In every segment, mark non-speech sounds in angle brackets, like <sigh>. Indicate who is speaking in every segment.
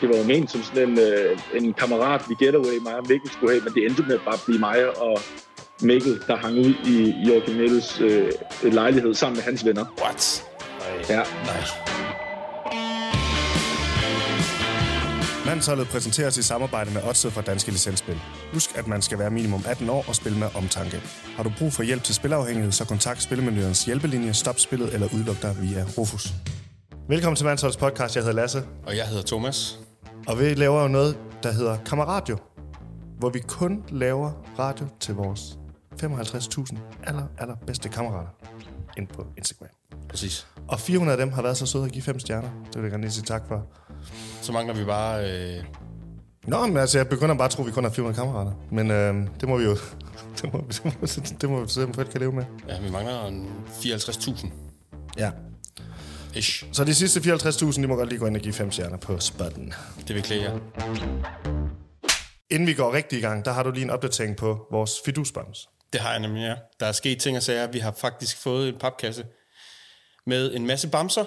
Speaker 1: Det var jo ment som sådan en, øh, en kammerat, vi getaway, mig og Mikkel skulle have, men det endte med bare at blive mig og Mikkel, der hang ud i Joachim Niels øh, lejlighed sammen med hans venner.
Speaker 2: What?
Speaker 1: Ja.
Speaker 2: Nej. Mandsholdet præsenteres i samarbejde med Odset fra Danske Licensspil. Husk, at man skal være minimum 18 år og spille med omtanke. Har du brug for hjælp til spilafhængighed, så kontakt Spillemyndighedens hjælpelinje, stop spillet eller udluk dig via Rufus. Velkommen til Mandsholdets podcast. Jeg hedder Lasse,
Speaker 3: Og jeg hedder Thomas.
Speaker 2: og vi laver jo noget, der hedder Kammeradio, hvor vi kun laver radio til vores 55.000 aller, aller bedste kammerater ind på Instagram.
Speaker 3: Præcis.
Speaker 2: Og 400 af dem har været så søde at give fem stjerner. Det vil jeg gerne lige sige tak for.
Speaker 3: Så mangler vi bare... Øh,
Speaker 2: Nå, men altså, jeg begynder bare at tro, at vi kun har 400 kammerater. Men øh, det må vi jo... <laughs> Det må, det må, <laughs> det må vi simpelthen kan leve med.
Speaker 3: ja, vi mangler en 54.000.
Speaker 2: Ja.
Speaker 3: Ish.
Speaker 2: Så de sidste 54.000, de må godt lige gå ind og give fem stjerner på spotten.
Speaker 3: Det vil klæde jer.
Speaker 2: Inden vi går rigtig i gang, der har du lige en opdatering på vores fidusbams.
Speaker 3: Det har jeg nemlig, ja. Der er sket ting og sager. Vi har faktisk fået en papkasse med en masse bamser.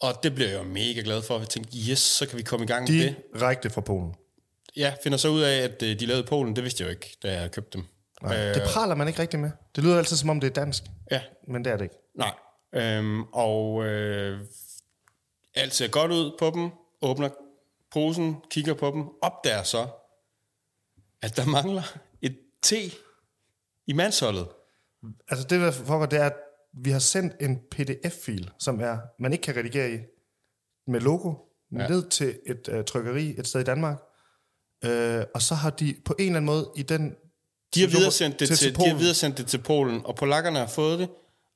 Speaker 3: Og det bliver jeg jo mega glad for. Jeg tænkte, yes, så kan vi komme i gang med det.
Speaker 2: Direkte fra Polen.
Speaker 3: Jeg finder så ud af, at øh, de lavede i Polen. Det vidste jeg jo ikke, da jeg købte dem.
Speaker 2: Nej, øh, det praler man ikke rigtig med. Det lyder altid, som om det er dansk,
Speaker 3: Ja,
Speaker 2: men det er det ikke.
Speaker 3: nej. Øhm, og øh, alt ser godt ud på dem. Åbner posen, kigger på dem. Opdager så, at der <laughs> mangler et T i mandsholdet.
Speaker 2: Altså det, der foregår, det er, at vi har sendt en pdf-fil, som er, man ikke kan redigere i, med logo, ja. ned til et øh, trykkeri et sted i Danmark. Øh, og så har de på en eller anden måde i den...
Speaker 3: De har, videresendt det til, til, de har
Speaker 2: Polen.
Speaker 3: videresendt det til Polen, og polakkerne har fået det,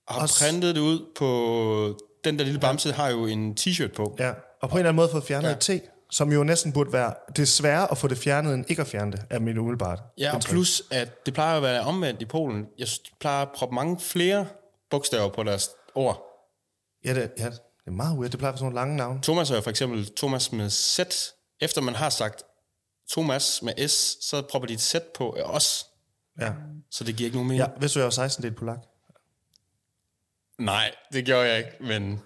Speaker 3: og har
Speaker 2: Og s-
Speaker 3: printet det ud på... Den der lille bamse har jo en t-shirt på.
Speaker 2: Ja, og på en eller anden måde fået fjernet ja. et T, som jo næsten burde være... Det er sværere at få det fjernet, end ikke at fjerne det, er min umiddelbart.
Speaker 3: Ja, og plus, at det plejer at være omvendt i Polen. Jeg s- plejer at proppe mange flere bogstaver på deres ord.
Speaker 2: Ja, det, ja, det er meget weird. Det plejer at være sådan nogle lange navne.
Speaker 3: Thomas er jo for eksempel Thomas med Z. Efter man har sagt Thomas med S, så propper de et Z på af os.
Speaker 2: Ja,
Speaker 3: Så det giver ikke nogen mening.
Speaker 2: ja hvis du er jo 16 del polak.
Speaker 3: Nej, det gjorde jeg ikke, men...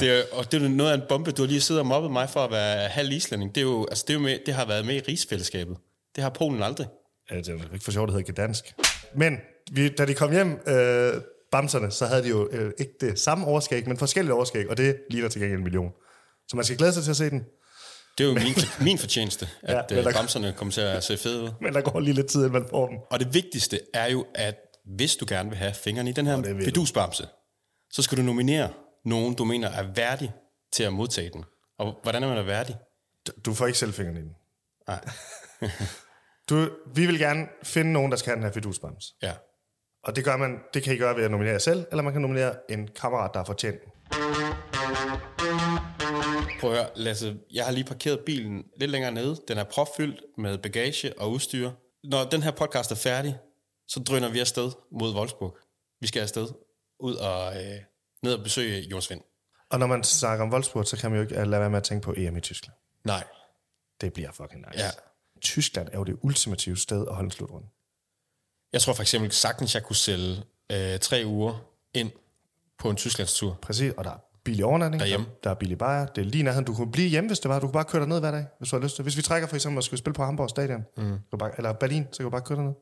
Speaker 3: Det er, og det er jo noget af en bombe, du har lige siddet og mobbet mig for at være halv islænding. Det, er jo, altså det, er jo med, det har været med i rigsfællesskabet. Det har Polen aldrig.
Speaker 2: Ja, Øh, det er jo ikke for sjovt, det hedder dansk. Men vi, da de kom hjem, øh, bamserne, så havde de jo øh, ikke det samme overskæg, men forskellige overskæg, og det ligner til gengæld en million. Så man skal glæde sig til at se den.
Speaker 3: Det er jo
Speaker 2: <laughs>
Speaker 3: min, min fortjeneste, at
Speaker 2: men
Speaker 3: ja,
Speaker 2: der-
Speaker 3: bremserne kommer til at se fede ud.
Speaker 2: Men der går lige lidt tid, inden man får dem.
Speaker 3: Og det vigtigste er jo, at hvis du gerne vil have fingrene i den her
Speaker 2: det vil du.
Speaker 3: fedusbamse, så skal du nominere nogen, du mener er værdig til at modtage den. Og hvordan er man er værdig?
Speaker 2: Du- Du får ikke selv fingrene i den.
Speaker 3: Nej.
Speaker 2: <laughs> Du, vi vil gerne finde nogen, der skal have den her fidusbams.
Speaker 3: Ja.
Speaker 2: Og det, gør man, det kan I gøre ved at nominere jer selv, eller man kan nominere en kammerat, der har fortjent den.
Speaker 3: Prøv at høre, Lasse, jeg har lige parkeret bilen lidt længere nede. Den er propfyldt med bagage og udstyr. Når den her podcast er færdig, så drøner vi afsted mod Wolfsburg. Vi skal afsted ud og øh, ned og besøge Jonas Vind.
Speaker 2: Og når man snakker om Wolfsburg, så kan man jo ikke øh, lade være med at tænke på EM i Tyskland.
Speaker 3: Nej.
Speaker 2: Det bliver fucking nice.
Speaker 3: Ja.
Speaker 2: Tyskland er jo det ultimative sted at holde en slutrunde.
Speaker 3: Jeg tror for eksempel sagtens, jeg kunne sælge øh, tre uger ind på en Tysklandstur.
Speaker 2: Præcis, og der er billig overnatning.
Speaker 3: Derhjemme.
Speaker 2: Der, der er billig bajer. Det er lige nærheden. Du kunne blive hjemme, hvis det var. Du kunne bare køre ned hver dag, hvis du har lyst til. Hvis vi trækker for eksempel og skulle spille på Hamburg Stadion, mm. bare, eller Berlin, så kan du bare køre derned.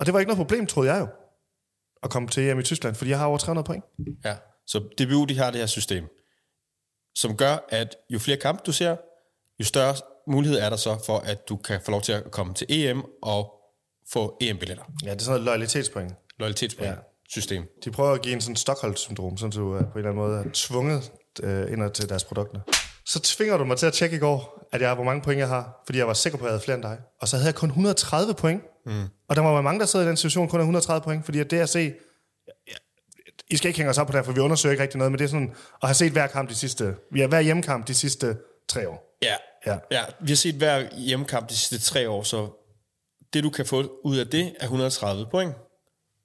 Speaker 2: Og det var ikke noget problem, troede jeg jo, at komme til EM i Tyskland, fordi jeg har over 300 point.
Speaker 3: Ja. Så DBU, de har det her system, som gør, at jo flere kampe du ser, jo større mulighed er der så for, at du kan få lov til at komme til EM og få EM-billetter.
Speaker 2: Ja, det er sådan noget lojalitetspoint.
Speaker 3: Loyalitetspoint system.
Speaker 2: De prøver at give en sådan Stockholm-syndrom, sådan så du øh, på en eller anden måde er tvunget øh, ind til deres produkter. Så tvinger du mig til at tjekke i går, at jeg hvor mange point jeg har, fordi jeg var sikker på, at jeg havde flere end dig. Og så havde jeg kun 130 point. Mm. Og der må være mange, der sidder i den situation, kun har 130 point, fordi at det at se... I skal ikke hænge os op på det, her, for vi undersøger ikke rigtig noget, men det er sådan at have set hver kamp de sidste... Vi har hver hjemmekamp de sidste tre år.
Speaker 3: Ja.
Speaker 2: Ja.
Speaker 3: ja. Vi har set hver hjemmekamp de sidste tre år, så det du kan få ud af det er 130 point.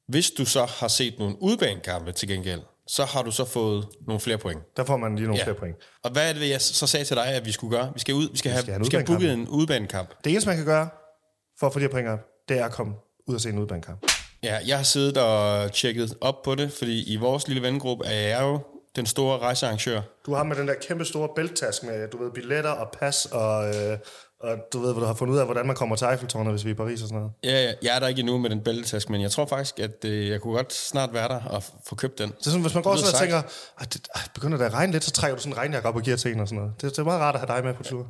Speaker 3: Hvis du så har set nogle udbanekampe til gengæld, så har du så fået nogle flere point.
Speaker 2: Der får man lige nogle ja. flere point.
Speaker 3: Og hvad er det, jeg så sagde til dig, at vi skulle gøre? Vi skal ud, vi skal have,
Speaker 2: skal have
Speaker 3: vi
Speaker 2: en
Speaker 3: skal have booket en udbanekamp.
Speaker 2: Det eneste, man kan gøre for at få de her point op, det er at komme ud og se en udbanekamp.
Speaker 3: Ja, jeg har siddet og tjekket op på det, fordi i vores lille vengruppe er jeg jo den store rejsearrangør.
Speaker 2: Du har med den der kæmpe store bælttaske med, du ved, billetter og pas, og, øh, og du ved, hvor du har fundet ud af, hvordan man kommer til Eiffeltårnet, hvis vi er i Paris og sådan noget.
Speaker 3: Ja, ja, jeg er der ikke endnu med den bæltetaske, men jeg tror faktisk, at øh, jeg kunne godt snart være der og f- få købt den.
Speaker 2: Så sådan, hvis man går
Speaker 3: Det lyder
Speaker 2: sådan og tænker, at det ej, begynder det at regne lidt, så trækker du sådan en regnjakke op og giver til en og sådan noget. Det, det er meget rart at have dig med på tur.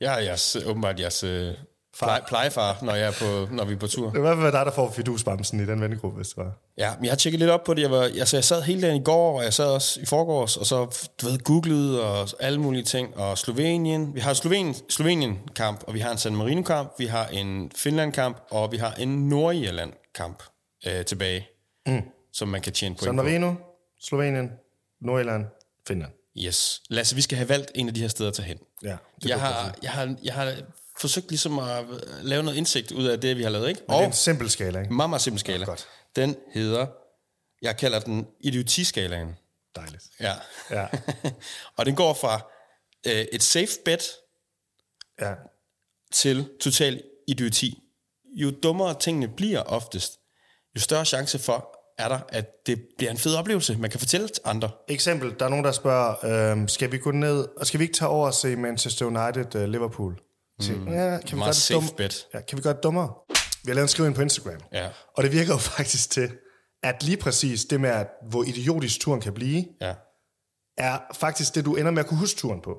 Speaker 3: Jeg er jeres, åbenbart jeres øh, pleje, plejefar, når, jeg er på, når vi er på tur.
Speaker 2: Det er i hvert fald dig, der får fidusbamsen i den vennegruppe, hvis det var.
Speaker 3: Ja, men jeg har tjekket lidt op på det. Jeg, var, altså, jeg sad hele dagen i går, og jeg sad også i forgårs, og så du ved, googlede og alle mulige ting. Og Slovenien. Vi har en Sloven, Slovenien-kamp, og vi har en San Marino-kamp, vi har en Finland-kamp, og vi har en Nordirland-kamp øh, tilbage, mm. som man kan tjene point
Speaker 2: San
Speaker 3: på.
Speaker 2: Marino, Slovenien, Nordjylland, Finland.
Speaker 3: Yes. Lasse, vi skal have valgt en af de her steder at tage hen.
Speaker 2: Ja, det
Speaker 3: Jeg har, jeg, har, jeg har forsøgt ligesom at lave noget indsigt ud af det, vi har lavet, ikke?
Speaker 2: er
Speaker 3: Og
Speaker 2: en simpel skala, ikke?
Speaker 3: meget, meget simpel skala.
Speaker 2: Godt.
Speaker 3: Den hedder, jeg kalder den idiotiskalaen.
Speaker 2: Dejligt.
Speaker 3: Ja.
Speaker 2: Ja,
Speaker 3: <laughs> og den går fra øh, et safe bet
Speaker 2: ja.
Speaker 3: til total idioti. Jo dummere tingene bliver oftest, jo større chance for er der, at det bliver en fed oplevelse. Man kan fortælle til andre.
Speaker 2: Eksempel, der er nogen, der spørger, øhm, skal vi gå ned, og skal vi ikke tage over og se Manchester United øh, Liverpool? Mm. Ja, kan vi, gøre
Speaker 3: Meget
Speaker 2: det
Speaker 3: safe
Speaker 2: dumme?
Speaker 3: bet.
Speaker 2: ja, kan vi gøre det dummere? Vi har lavet en skrivning på Instagram.
Speaker 3: Ja.
Speaker 2: Og det virker jo <laughs> faktisk til, at lige præcis det med, at, hvor idiotisk turen kan blive,
Speaker 3: Ja.
Speaker 2: er faktisk det, du ender med at kunne huske turen på.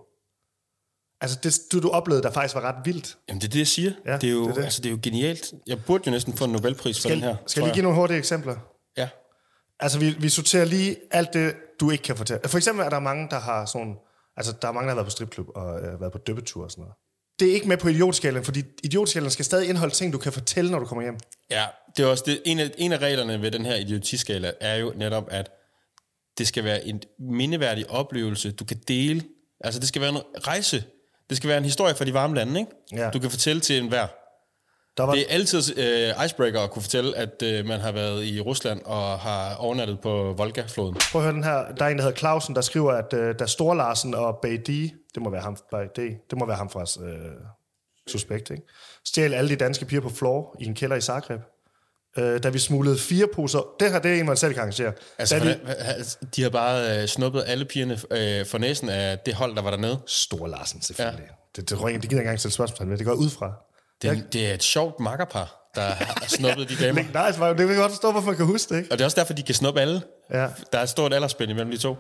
Speaker 2: Altså det, du, du oplevede, der faktisk var ret vildt.
Speaker 3: Jamen, det er det, jeg siger.
Speaker 2: Ja,
Speaker 3: det, er jo,
Speaker 2: det er det.
Speaker 3: Altså, det er jo genialt. Jeg burde jo næsten få en Nobelpris for den her.
Speaker 2: skal
Speaker 3: tror
Speaker 2: jeg lige give nogle hurtige eksempler?
Speaker 3: Ja.
Speaker 2: Altså, vi, vi sorterer lige alt det, du ikke kan fortælle. For eksempel er der mange, der har sådan... Altså, der er mange, der har været på stripklub og øh, været på døbetur og sådan noget. Det er ikke med på idiotskalen, fordi idiotskalen skal stadig indeholde ting, du kan fortælle, når du kommer hjem.
Speaker 3: Ja, det er også det. En af, en af reglerne ved den her idiotiskala er jo netop, at det skal være en mindeværdig oplevelse, du kan dele. Altså, det skal være en rejse. Det skal være en historie fra de varme lande, ikke?
Speaker 2: Ja.
Speaker 3: Du kan fortælle til enhver.
Speaker 2: Der var,
Speaker 3: Det er altid øh, icebreaker at kunne fortælle, at øh, man har været i Rusland og har overnattet på Volga-floden.
Speaker 2: Prøv at høre den her. Der er en, der hedder Clausen, der skriver, at øh, da Stor Larsen og Bay D, det må være ham, Bay D, det må være ham fra øh, Suspekt, ikke? stjal alle de danske piger på floor i en kælder i Zagreb. Øh, da vi smuglede fire poser... Det her, det er en, man selv kan arrangere.
Speaker 3: Altså,
Speaker 2: da vi,
Speaker 3: hvordan, altså, de har bare øh, snuppet alle pigerne øh, for næsen af det hold, der var dernede.
Speaker 2: Stor Larsen, selvfølgelig. Ja. Det, det, det, det gider jeg ikke engang stille spørgsmål med. Det går jeg ud fra.
Speaker 3: Det, det er et sjovt makkerpar, der har snuppet de damer.
Speaker 2: Legendarisk var jo- det. kan jeg godt forstå, hvorfor man kan huske det, ikke?
Speaker 3: Og det er også derfor, de kan snuppe alle.
Speaker 2: Ja.
Speaker 3: Der er et stort aldersspænd imellem de to.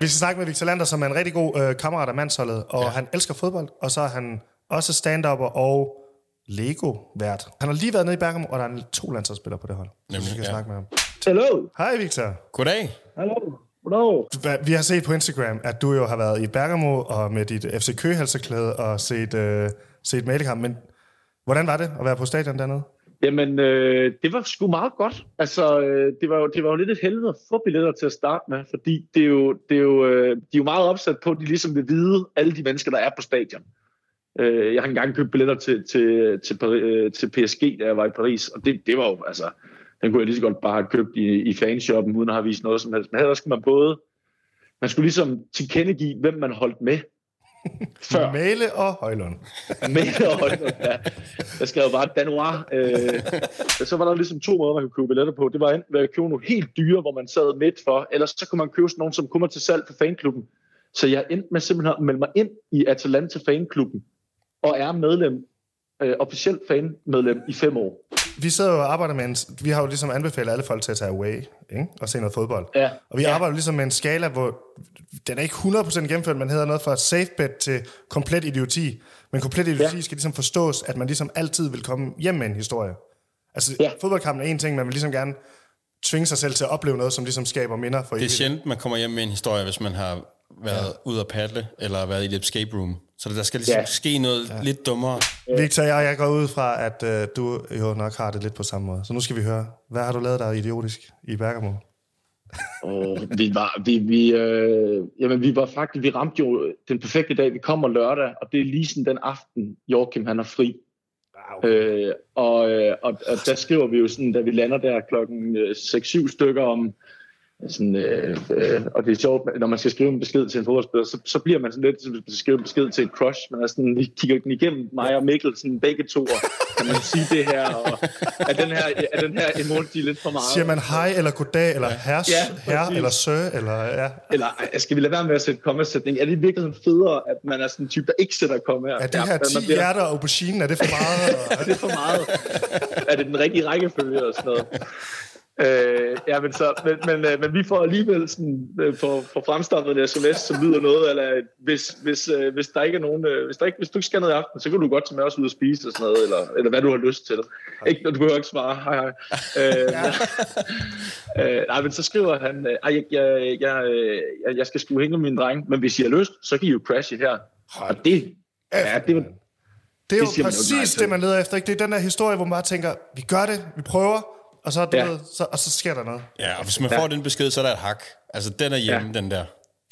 Speaker 2: Vi skal snakke med Victor Lander, som er en rigtig god øh, kammerat af mandsholdet, og ja. han elsker fodbold, og så er han også stand og Lego-vært. Han har lige været nede i Bergamo, og der er to landsholdsspillere på det hold. Nemlig,
Speaker 3: Nemlig,
Speaker 2: vi skal ja.
Speaker 3: ja.
Speaker 2: snakke med ham.
Speaker 1: Hello.
Speaker 2: Hej Victor.
Speaker 3: Goddag.
Speaker 1: Hello. Hello.
Speaker 2: Hva, vi har set på Instagram, at du jo har været i Bergamo og med dit FC Køhalserklæde og set, øh, set Malikamp, men hvordan var det at være på stadion dernede?
Speaker 1: Jamen, øh, det var sgu meget godt. Altså, øh, det, var jo, det var jo lidt et helvede at få billetter til at starte med, fordi det er jo, det er jo, øh, de er jo meget opsat på, at de ligesom vil vide alle de mennesker, der er på stadion. Øh, jeg har engang købt billetter til, til, til, Pari- øh, til PSG, da jeg var i Paris, og det, det var jo, altså, den kunne jeg lige så godt bare have købt i, i fanshoppen, uden at have vist noget som helst. Men her der skulle man både, man skulle ligesom tilkendegive, hvem man holdt med, før
Speaker 2: Male og Højlund.
Speaker 1: Mega højt. Ja. Jeg skrev bare Danois. Øh, så var der ligesom to måder, man kunne købe billetter på. Det var enten ved at købe nogle helt dyre, hvor man sad midt for, eller så kunne man købe sådan nogle, som kun var til salg for fanklubben. Så jeg endte med simpelthen at melde mig ind i Atalanta fanklubben, og er medlem, øh, officielt fanmedlem i fem år.
Speaker 2: Vi sidder jo og arbejder med en... Vi har jo ligesom anbefalet alle folk til at tage away ikke? og se noget fodbold.
Speaker 1: Ja.
Speaker 2: Og vi ja. arbejder ligesom med en skala, hvor den er ikke 100% gennemført, men hedder noget fra safe bet til komplet idioti. Men komplet idioti ja. skal ligesom forstås, at man ligesom altid vil komme hjem med en historie. Altså, ja.
Speaker 1: Ja.
Speaker 2: fodboldkampen er en ting, man vil ligesom gerne tvinge sig selv til at opleve noget, som ligesom skaber minder for
Speaker 3: Det er
Speaker 2: evigt.
Speaker 3: sjældent, man kommer hjem med en historie, hvis man har været ja. ude at paddle, eller været i et escape room. Så der skal ligesom ja.
Speaker 1: Ja.
Speaker 3: ske noget ja. lidt dummere.
Speaker 2: Victor, jeg, jeg går ud fra, at øh, du jo nok har det lidt på samme måde. Så nu skal vi høre, hvad har du lavet, der er idiotisk i Bergamo?
Speaker 1: Og vi var, vi, vi, øh, jamen, vi var faktisk, vi ramte jo den perfekte dag. Vi kommer lørdag, og det er lige sådan den aften, Joachim han er fri.
Speaker 2: Ah,
Speaker 1: Øh, og, øh, og, og der skriver vi jo sådan, da vi lander der klokken øh, 6-7 stykker om, sådan, øh, øh, og det er sjovt, når man skal skrive en besked til en fodboldspiller, så, så bliver man sådan lidt, som hvis man skal skrive en besked til et crush. Man er sådan, lige kigger den igennem mig og Mikkel, sådan begge to, og kan man sige det her, og er den her, er den her emoji lidt for meget?
Speaker 2: Siger man hej, eller goddag, eller hers,
Speaker 1: Ja,
Speaker 2: herre,
Speaker 1: præcis.
Speaker 2: eller sø, eller ja.
Speaker 1: Eller ej, skal vi lade være med at sætte kommasætning? Er det i virkeligheden federe, at man er sådan en type, der ikke sætter komma?
Speaker 2: Er det her
Speaker 1: man
Speaker 2: 10
Speaker 1: bliver-
Speaker 2: hjerter og aubergine, er det for meget?
Speaker 1: er det for meget? Er det den rigtige rækkefølge og sådan noget? Øh, ja, men, så, men, men, øh, men vi får alligevel sådan, øh, for, for fremstaffet en sms, som lyder noget, eller hvis, hvis, øh, hvis der ikke er nogen, øh, hvis, der ikke, hvis du ikke skal noget i aften, så kan du godt tage med os ud og spise og sådan noget, eller, eller hvad du har lyst til. Ikke, du behøver ikke svare, hej hej. Øh, <laughs> øh, nej, men så skriver han, øh, "Ej, jeg, jeg, jeg, øh, jeg, jeg skal sgu hænge med min dreng, men hvis I har lyst, så kan I jo crashe her. Og det, ja, det var,
Speaker 2: Det er
Speaker 1: Det siger
Speaker 2: jo
Speaker 1: man jo nej
Speaker 2: præcis
Speaker 1: til.
Speaker 2: det, man leder efter. Ikke? Det er den der historie, hvor man bare tænker, vi gør det, vi prøver, og så, du
Speaker 1: Ja.
Speaker 2: ved, så, og så sker der noget.
Speaker 3: Ja, og hvis man får den besked, så er der et hak. Altså, den er hjemme, ja. den der.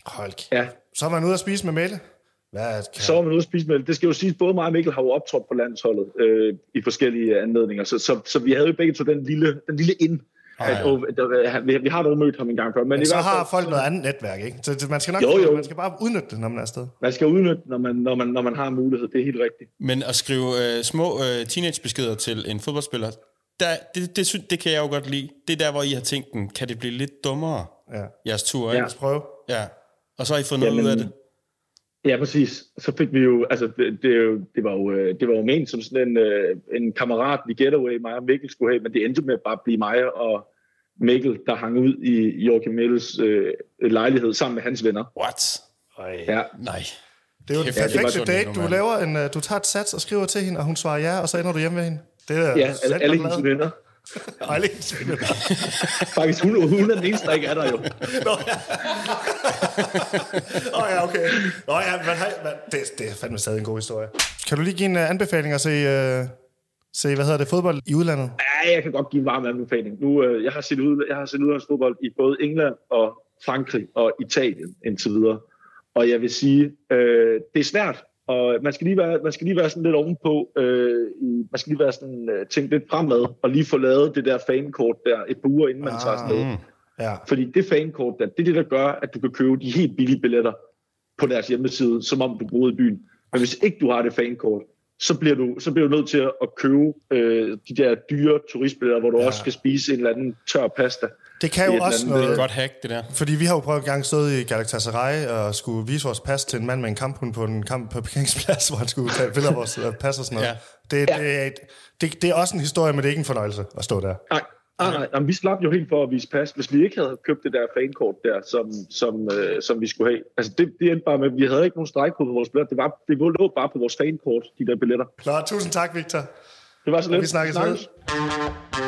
Speaker 2: Hold kæft.
Speaker 1: ja,
Speaker 2: Så er man ude at spise med Mette. Hvad kan...
Speaker 1: Så var man ude at spise med. Det skal jo siges, både mig og Mikkel har jo optrådt på landsholdet øh, i forskellige anledninger, så, så, så vi havde jo begge to den lille, den lille ind. At,
Speaker 3: ja.
Speaker 1: og, der, han- vi, vi har dog mødt ham en gang før, men, men i
Speaker 2: så
Speaker 1: hvert fald,
Speaker 2: har folk noget andet netværk, ikke? Så det- man skal nok
Speaker 1: Jo, jo.
Speaker 2: man skal bare udnytte det, når man er afsted.
Speaker 1: man skal udnytte, når man, når, man, når man har mulighed. Det er helt rigtigt.
Speaker 3: Men at skrive øh, små øh, teenagebeskeder til en fodboldspiller, der, det, det, det, det kan jeg jo godt lide. Det er der, hvor I har tænkt den, kan det blive lidt dummere,
Speaker 2: Ja.
Speaker 3: jeres tur, ikke?
Speaker 1: Ja.
Speaker 2: Lad os prøve.
Speaker 3: Ja. ja. Og så har I fået noget
Speaker 1: Jamen,
Speaker 3: ud af det.
Speaker 1: Ja, præcis. Så fik vi jo, altså det, det, er jo- det var jo, øh, det var jo ment som sådan en, øh, en kammerat, vi getaway, mig og Mikkel skulle have, men det endte med bare at blive mig og Mikkel, der hang ud i Joachim Mikkels øh, lejlighed sammen med hans venner.
Speaker 3: What?
Speaker 1: Ja,
Speaker 3: Nej.
Speaker 2: Det er jo den
Speaker 3: Kæft, det er
Speaker 2: perfekte
Speaker 3: godt,
Speaker 2: date.
Speaker 3: det
Speaker 2: Du,
Speaker 3: er
Speaker 2: laver en, øh, du tager et sats og skriver til hende, og hun svarer ja, og så ender du hjemme ved hende. Det er
Speaker 1: ja alle, alle hendes
Speaker 2: glad.
Speaker 1: venner.
Speaker 2: Alle hendes venner.
Speaker 1: Faktisk, hun, hun er den eneste, der ikke er der jo.
Speaker 2: Nå ja. Nå ja, okay. Nå ja, men hej, men det, det er fandme stadig en god historie. Kan du lige give en uh, anbefaling og se, uh, se, hvad hedder det, fodbold i udlandet?
Speaker 1: Ja, jeg kan godt give en varm anbefaling. Nu, øh, jeg har set, ud, jeg har set udlandsfodbold i både England og Frankrig og Italien indtil videre. Og jeg vil sige, øh, det er svært, og man skal lige være, man skal lige være sådan lidt ovenpå. Øh, i- man skal lige være sådan, øh, tænke lidt fremad og lige få lavet det der fankort der et par uger, inden man
Speaker 2: Ah,
Speaker 1: ah, tager afsted.
Speaker 3: mm.
Speaker 2: Ja.
Speaker 1: Fordi det fankort der, det er det, der gør, at du kan købe de helt billige billetter på deres hjemmeside, som om du boede i byen. Men hvis ikke du har det fankort, så bliver du, så bliver du nødt til at købe øh, de der dyre turistbilletter, hvor du
Speaker 2: Ja.
Speaker 1: ja. også skal spise en eller anden tør pasta.
Speaker 2: Det kan jo
Speaker 1: Det er
Speaker 2: også
Speaker 1: blandt andet
Speaker 3: Det er et godt
Speaker 2: noget.
Speaker 3: hack, det der.
Speaker 2: Fordi vi har jo prøvet en gang stået i Galatasaray og skulle vise vores pas til en mand med en kamphund på en kamp på parkeringsplads, <laughs> hvor han skulle tage billeder af vores øh, pas og sådan noget.
Speaker 3: Ja.
Speaker 2: Ja. Det, det, er et, det, det er også en historie, men det er ikke en fornøjelse at stå der.
Speaker 1: Nej, nej, nej, nej, vi slap jo helt for at vise pas, hvis vi ikke havde købt det der fankort der, som, som, øh, som vi skulle have. Altså det, det endte bare med, at vi havde ikke nogen stregkode på vores billetter. Det, var, det lå bare på vores fankort, de der billetter.
Speaker 2: Nå, tusind tak, Victor.
Speaker 1: Det var sådan lidt.
Speaker 2: Vi snakkes ved.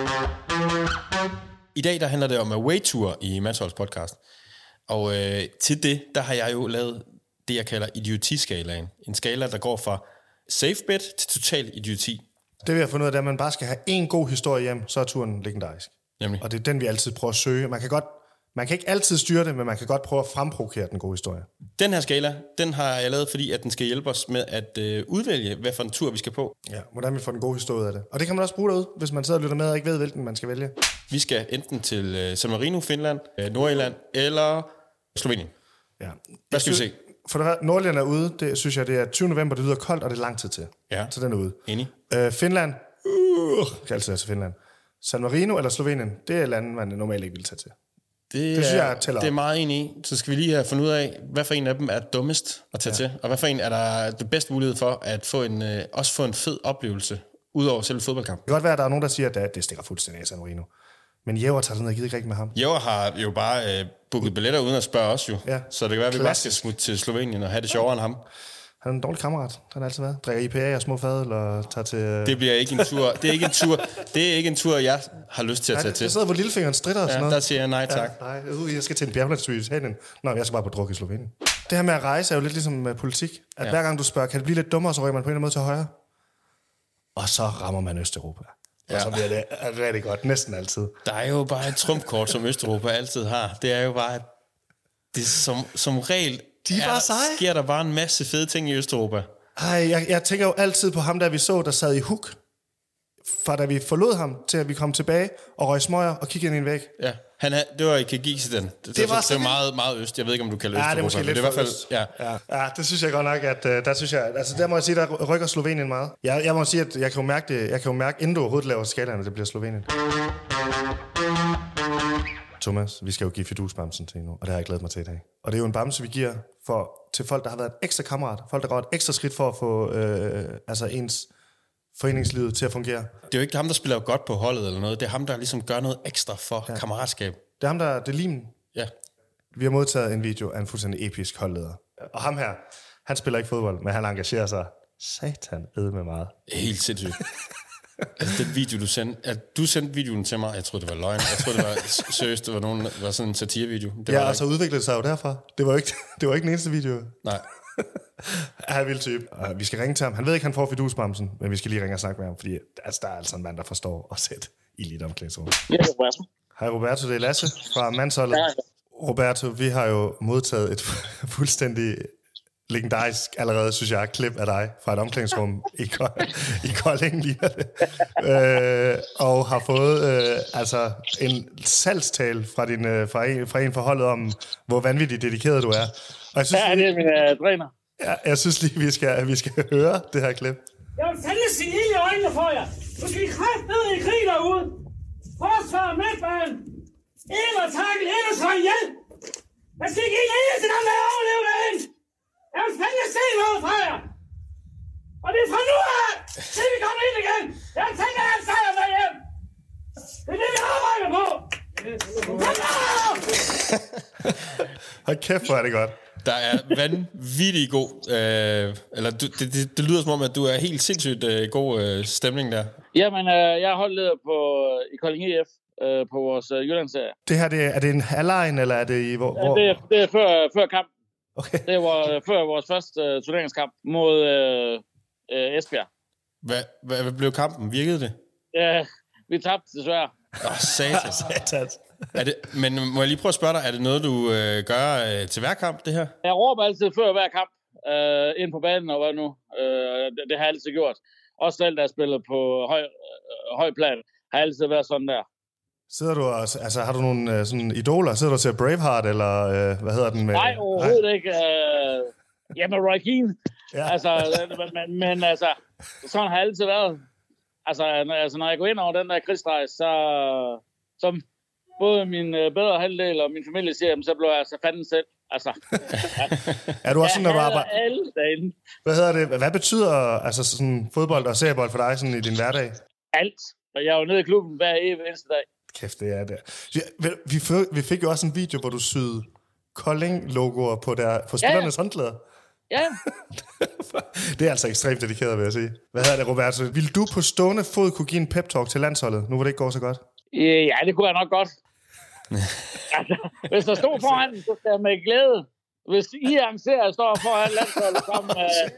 Speaker 3: I dag der handler det om away-tour i Mansholds podcast. Og øh, til det, der har jeg jo lavet det, jeg kalder idiotiskalaen. En skala, der går fra safe bet til total idioti.
Speaker 2: Det vi har fundet ud af, det er, at man bare skal have en god historie hjem, så er turen legendarisk.
Speaker 3: Nemlig.
Speaker 2: Og det er den, vi altid prøver at søge. Man kan, godt, man kan ikke altid styre det, men man kan godt prøve at fremprovokere den gode historie.
Speaker 3: Den her skala, den har jeg lavet, fordi at den skal hjælpe os med at øh, udvælge, hvad for en tur vi skal på.
Speaker 2: Ja, hvordan vi får den gode historie ud af det. Og det kan man også bruge derude, hvis man sidder og lytter med og ikke ved, hvilken man skal vælge.
Speaker 3: Vi skal enten til øh, San Marino, Finland, øh, Nordirland eller Slovenien.
Speaker 2: Ja.
Speaker 3: Hvad skal vi se?
Speaker 2: For det første, Nordjylland er ude, det synes jeg, det er 20. november, det lyder koldt, og det er lang tid til.
Speaker 3: Ja.
Speaker 2: Så den er ude.
Speaker 3: Enig.
Speaker 2: Øh, Finland, uh, kan altid være til Finland. San Marino eller Slovenien, det er lande, man normalt ikke vil tage til.
Speaker 3: Det,
Speaker 2: Det synes
Speaker 3: er,
Speaker 2: jeg tæller op.
Speaker 3: Det er meget enig i. Så skal vi lige have fundet ud af, hvad for en af dem er dummest at tage ja. til, og hvad for en er der det bedste mulighed for at få en, øh, også få en fed oplevelse, udover selve fodboldkampen.
Speaker 2: Det kan godt være, at der er nogen, der siger, at det er- det stikker fuldstændig af San Marino. Men Jæver tager sådan noget, jeg gider ikke rigtig med ham.
Speaker 3: Jæver har jo bare øh, booket billetter uden at spørge os jo,
Speaker 2: Ja.
Speaker 3: så det kan være, at vi bare skal
Speaker 2: Klassisk.
Speaker 3: smutte til Slovenien og have det sjovere end ham.
Speaker 2: Han er en dårlig kammerat, det har han altid været. Drikker IPA og små fadøl og tager til... øh,
Speaker 3: Det bliver ikke en tur. Det er ikke en tur.
Speaker 2: <laughs>
Speaker 3: Det er ikke en tur, jeg har lyst til at
Speaker 2: Ja,
Speaker 3: tage
Speaker 2: det,
Speaker 3: til.
Speaker 2: det sidder, hvor lillefingeren stritter og sådan
Speaker 3: Ja,
Speaker 2: noget.
Speaker 3: der siger jeg nej tak.
Speaker 2: Ja, nej, uh, jeg skal til en bjerglandsby i Italien. Nå, jeg skal bare på druk i Slovenien. Det her med at rejse er jo lidt ligesom med politik. At ja. hver gang du spørger, kan det blive lidt dummere, så rykker man på en eller anden måde til højre. Og så rammer man Østeuropa. Ja. Og så bliver det øh, rigtig godt, næsten altid.
Speaker 3: Der er jo bare et trumfkort, som Østeuropa altid har. Det er jo bare, at det som, som regel
Speaker 2: De er bare seje.
Speaker 3: sker der bare en masse fede ting i Østeuropa.
Speaker 2: Ej, jeg, jeg tænker jo altid på ham, der vi så, der sad i huk. Fra da vi forlod ham, til at vi kom tilbage og røg smøger og kiggede ind i en væg.
Speaker 3: Ja. Han er, det var i Kirgisistan. Det, det,
Speaker 2: var
Speaker 3: var det
Speaker 2: sådan
Speaker 3: er
Speaker 2: en-
Speaker 3: meget, meget øst. Jeg ved ikke, om du kalder
Speaker 2: Ja, det er
Speaker 3: Østeuropa,
Speaker 2: måske
Speaker 3: men
Speaker 2: lidt
Speaker 3: det er i hvert fald,
Speaker 2: for
Speaker 3: ja.
Speaker 2: Ja. ja, det synes jeg godt nok, at øh, der synes jeg, altså der må jeg sige, der rykker Slovenien meget. Jeg, jeg må sige, at jeg kan jo mærke det, jeg kan jo mærke, inden du overhovedet laver skalaen, at det bliver Slovenien. Thomas, vi skal jo give fidusbamsen til nu, og det har jeg glædet mig til i dag. Og det er jo en bamse, vi giver for, til folk, der har været en ekstra kammerat, folk, der går et ekstra skridt for at få øh, altså ens foreningslivet til at fungere.
Speaker 3: Det er jo ikke ham, der spiller godt på holdet eller noget. Det er ham, der ligesom gør noget ekstra for ja. kammeratskab.
Speaker 2: Det er ham, der, det er limen.
Speaker 3: Ja.
Speaker 2: Vi har modtaget en video af en fuldstændig episk holdleder. Og ham her, han spiller ikke fodbold, men han engagerer sig satan med meget.
Speaker 3: Helt sindssygt. altså, den video, du sendte, at du sendte videoen til mig, og jeg troede, det var løgn. Jeg troede, det var seriøst, det var, nogen, det var sådan en satirevideo. Det var det
Speaker 2: Ja, altså- og så udviklede det sig jo derfra. Det var jo ikke, <laughs> det var ikke den eneste video.
Speaker 3: ikke. Nej.
Speaker 2: Han er en vild type. Og vi skal ringe til ham. Han ved ikke, han får fidusbremsen, men vi skal lige ringe og snakke med ham, fordi altså, der er altså en mand, der forstår at sætte i lidt omklædningsrummet.
Speaker 1: Ja, det var
Speaker 4: <laughs>
Speaker 1: Rasmus.
Speaker 2: Hej Roberto, det er Lasse fra Mansholdet.
Speaker 1: Ja, ja.
Speaker 2: Roberto, vi har jo modtaget et <laughs> fuldstændig legendarisk allerede, synes jeg, klip af dig fra et omklædningsrum i, Kold, i Kolding, ligner det. Øh, og har fået øh, altså en salgstal fra, din, øh, fra, en, fra en forholdet om, hvor vanvittigt dedikeret du er. Og jeg synes,
Speaker 1: Ja, det er min uh,
Speaker 4: øh,
Speaker 1: træner.
Speaker 2: jeg, jeg synes lige, vi skal, vi skal høre det her klip.
Speaker 5: Jeg vil fandme se ild i øjnene for jer. Nu skal I kræft ned i krig derude. Forsvar midtbanen. Ind og takkel, ind og slå ihjel. Jeg skal ikke helt ind til dem, der overlever derinde. Jeg vil fandme se noget fra jer. Og det er fra nu af, til vi kommer ind igen. Jeg vil tænke alle sejre med hjem. Det er det, vi arbejder på. Kom nu!
Speaker 2: Hold kæft, hvor er det godt.
Speaker 3: Der er vanvittig god... Øh, eller du, det, det, det lyder som om, at du er helt sindssygt øh, god øh, stemning der.
Speaker 4: Jamen, øh, jeg er holdleder på, øh, i Kolding EF øh, på vores øh, Jyllandsserie.
Speaker 2: Det her, det, er- er det en halvlejen, eller er det i hvor?
Speaker 4: Ja,
Speaker 2: hvor?
Speaker 4: det, er- det er før, øh, før kampen.
Speaker 2: Okay. <laughs>
Speaker 4: Det var øh, før vores første øh, turneringskamp mod øh, øh, Esbjerg.
Speaker 3: Hvad, hvad, hvad blev kampen? Virkede det?
Speaker 4: Øh, vi tabte desværre.
Speaker 3: Åh, satan.
Speaker 2: Satans.
Speaker 3: Er det, men må jeg lige prøve at spørge dig, er det noget, du øh, gør øh, til hver kamp, det her?
Speaker 4: Jeg råber altid før hver kamp øh, ind på banen og hvad nu. Øh, det, det har jeg altid gjort. Også selv, da jeg spillede på høj, øh, høj plan, har jeg altid været sådan der.
Speaker 2: Sidder du og, altså har du nogle øh, sådan idoler? Sidder du til Braveheart, eller øh, hvad hedder den? Med,
Speaker 4: Nej, overhovedet ikke. Øh, jamen, Roy Keane.
Speaker 2: Ja.
Speaker 4: Altså, men, men, men altså, sådan har jeg altid været. Altså, når- altså når jeg går ind over den der krigsrejs, så, så både min øh, bedre halvdel og min familie siger, jamen, så blev jeg så fanden selv. Altså,
Speaker 2: Er du også sådan, når
Speaker 4: jeg
Speaker 2: du
Speaker 4: hader
Speaker 2: arbejder...
Speaker 4: alle dagen.
Speaker 2: Hvad hedder det? Hvad betyder altså, sådan, fodbold og seriebold for dig sådan, i din hverdag?
Speaker 4: Alt. Og jeg er jo nede i klubben hver evig eneste dag.
Speaker 2: Kæft, det er det. Ja, vel, Vi, fø- vi fik jo også en video, hvor du syede Kolding-logoer på, der, på spillernes ja. håndklæder.
Speaker 4: Ja,
Speaker 2: Det er altså ekstremt dedikeret, vil jeg sige. Hvad hedder det, Roberto? Vil du på stående fod kunne give en pep-talk til landsholdet, nu hvor det ikke går så godt?
Speaker 4: Øh, ja det kunne jeg nok godt. altså, hvis der stod foran, så skal jeg med glæde. Hvis I arrangerer og står foran landsholdet sammen med øh,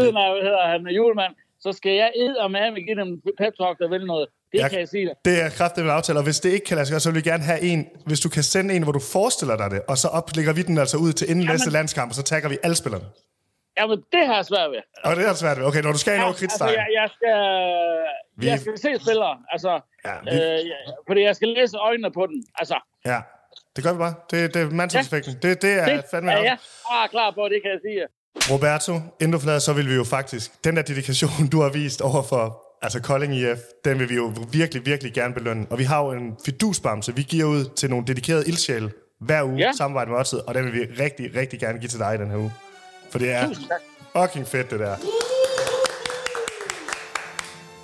Speaker 4: siden af, hvad hedder han, julemand, så skal jeg ed og med give dem en pep talk, der vil noget. Det
Speaker 2: Jeg-
Speaker 4: jeg... kan jeg sige dig.
Speaker 2: Det er kraftigt med aftale, og hvis det ikke kan lade sig gøre, så vil vi gerne have en, hvis du kan sende en, hvor du forestiller dig det, og så oplægger vi den altså ud til inden næste landskamp, og så tagger vi alle spillerne.
Speaker 4: Jamen, det har jeg svært ved.
Speaker 2: Og det er altså svært. Okay, når du skal ind over
Speaker 4: altså,
Speaker 2: kridtstegen.
Speaker 4: jeg, jeg, skal,
Speaker 2: Vi-
Speaker 4: jeg skal se spillere, altså,
Speaker 2: Ja,
Speaker 4: ja,
Speaker 2: vi-
Speaker 4: øh, jeg- fordi jeg skal læse øjnene på den. Altså,
Speaker 2: Ja, det gør vi bare. Det, det er mandsholdseffekten. Det, det er
Speaker 4: det
Speaker 2: fandme
Speaker 4: er
Speaker 2: nok.
Speaker 4: jeg bare klar på, det kan jeg sige. jer.
Speaker 2: Roberto, inden du forlader, så vil vi jo faktisk... Den der dedikation, du har vist over for altså Kolding IF, den vil vi jo virkelig, virkelig gerne belønne. Og vi har jo en fidusbamse, vi giver ud til nogle dedikerede ildsjæle hver uge, ja.
Speaker 4: Ja.
Speaker 2: samarbejde med Otted, og den vil vi rigtig, rigtig gerne give til dig i den her uge. For det er
Speaker 4: Tusind tak.
Speaker 2: fucking fedt, det der.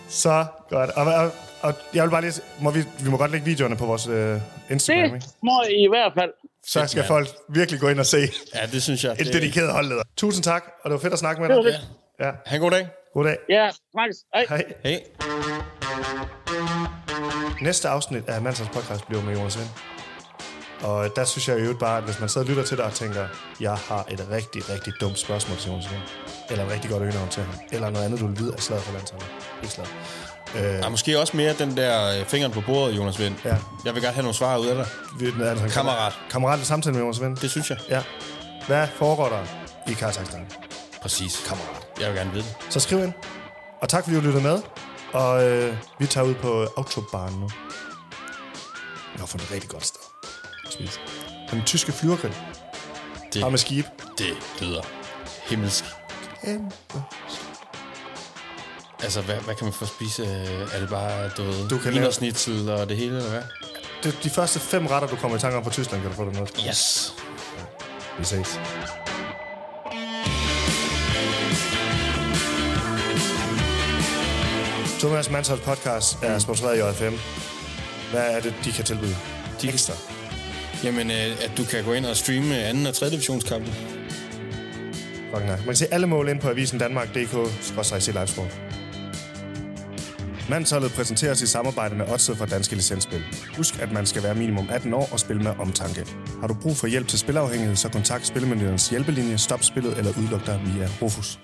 Speaker 2: Så godt. Og, og, og jeg vil bare lige... Må vi, vi må godt lægge videoerne på vores øh, Instagram, ikke?
Speaker 4: Det må I i hvert fald.
Speaker 2: Så skal
Speaker 3: mand.
Speaker 2: folk virkelig gå ind og se
Speaker 3: Ja, det synes jeg.
Speaker 2: en
Speaker 3: Det,
Speaker 2: dedikeret holdleder. Tusind tak, og det var fedt at snakke med
Speaker 4: Det var
Speaker 2: dig.
Speaker 4: det.
Speaker 2: Ja,
Speaker 3: Ha' en god dag.
Speaker 2: god dag.
Speaker 4: Ja, snakkes. Hej.
Speaker 2: Hej.
Speaker 3: Hej.
Speaker 2: Næste afsnit af Mansons podcast bliver med Jonas Vind. Og der synes jeg i øvrigt bare, at hvis man sidder og lytter til dig og tænker, jeg har et rigtig, rigtig dumt spørgsmål til Jonas Vind, eller et rigtig godt øgenavn til ham, eller noget andet, du vil vide af slaget for landsholdet. Ikke slaget.
Speaker 3: Ja, måske også mere den der øh, fingeren på bordet, Jonas Vind.
Speaker 2: Ja.
Speaker 3: Jeg vil gerne have nogle svar ud af dig.
Speaker 2: Vi er den anden-
Speaker 3: Kammerat.
Speaker 2: Kammerat i samtale med Jonas Vind.
Speaker 3: Det synes jeg.
Speaker 2: Ja. Hvad foregår der i Kazakhstan?
Speaker 3: Præcis. Kammerat. Jeg vil gerne vide det.
Speaker 2: Så skriv ind. Og tak fordi du lyttede med. Og øh, vi tager ud på autobahn nu. Jeg har fundet et rigtig godt sted. skulle spise. Den tyske flyvergrill.
Speaker 3: Det,
Speaker 2: Bare med skib.
Speaker 3: det lyder himmelsk.
Speaker 2: Kæmpe.
Speaker 3: Altså, hvad, hvad kan man få at spise? Øh, Er det bare, du ved,
Speaker 2: Du kan lave-
Speaker 3: wienersnitzel og det hele, eller hvad?
Speaker 2: Det er de første fem retter, du kommer i tanke om fra Tyskland, kan du få det noget.
Speaker 3: Yes!
Speaker 2: Vi ses. Thomas Mansholds podcast er sponsoreret af JFM. Hvad er det, de kan tilbyde? De Ekstra.
Speaker 3: Jamen, øh, at du kan gå ind og streame anden og tredje divisionskampe.
Speaker 2: Fucking nice. Man kan se alle mål ind på avisen danmark.dk i livesport. Mandsholdet præsenteres i samarbejde med Odset fra Danske Licensspil. Husk, at man skal være minimum 18 år og spille med omtanke. Har du brug for hjælp til spilafhængighed, så kontakt Spillemyndighedens hjælpelinje, stop spillet eller udluk dig via Rufus.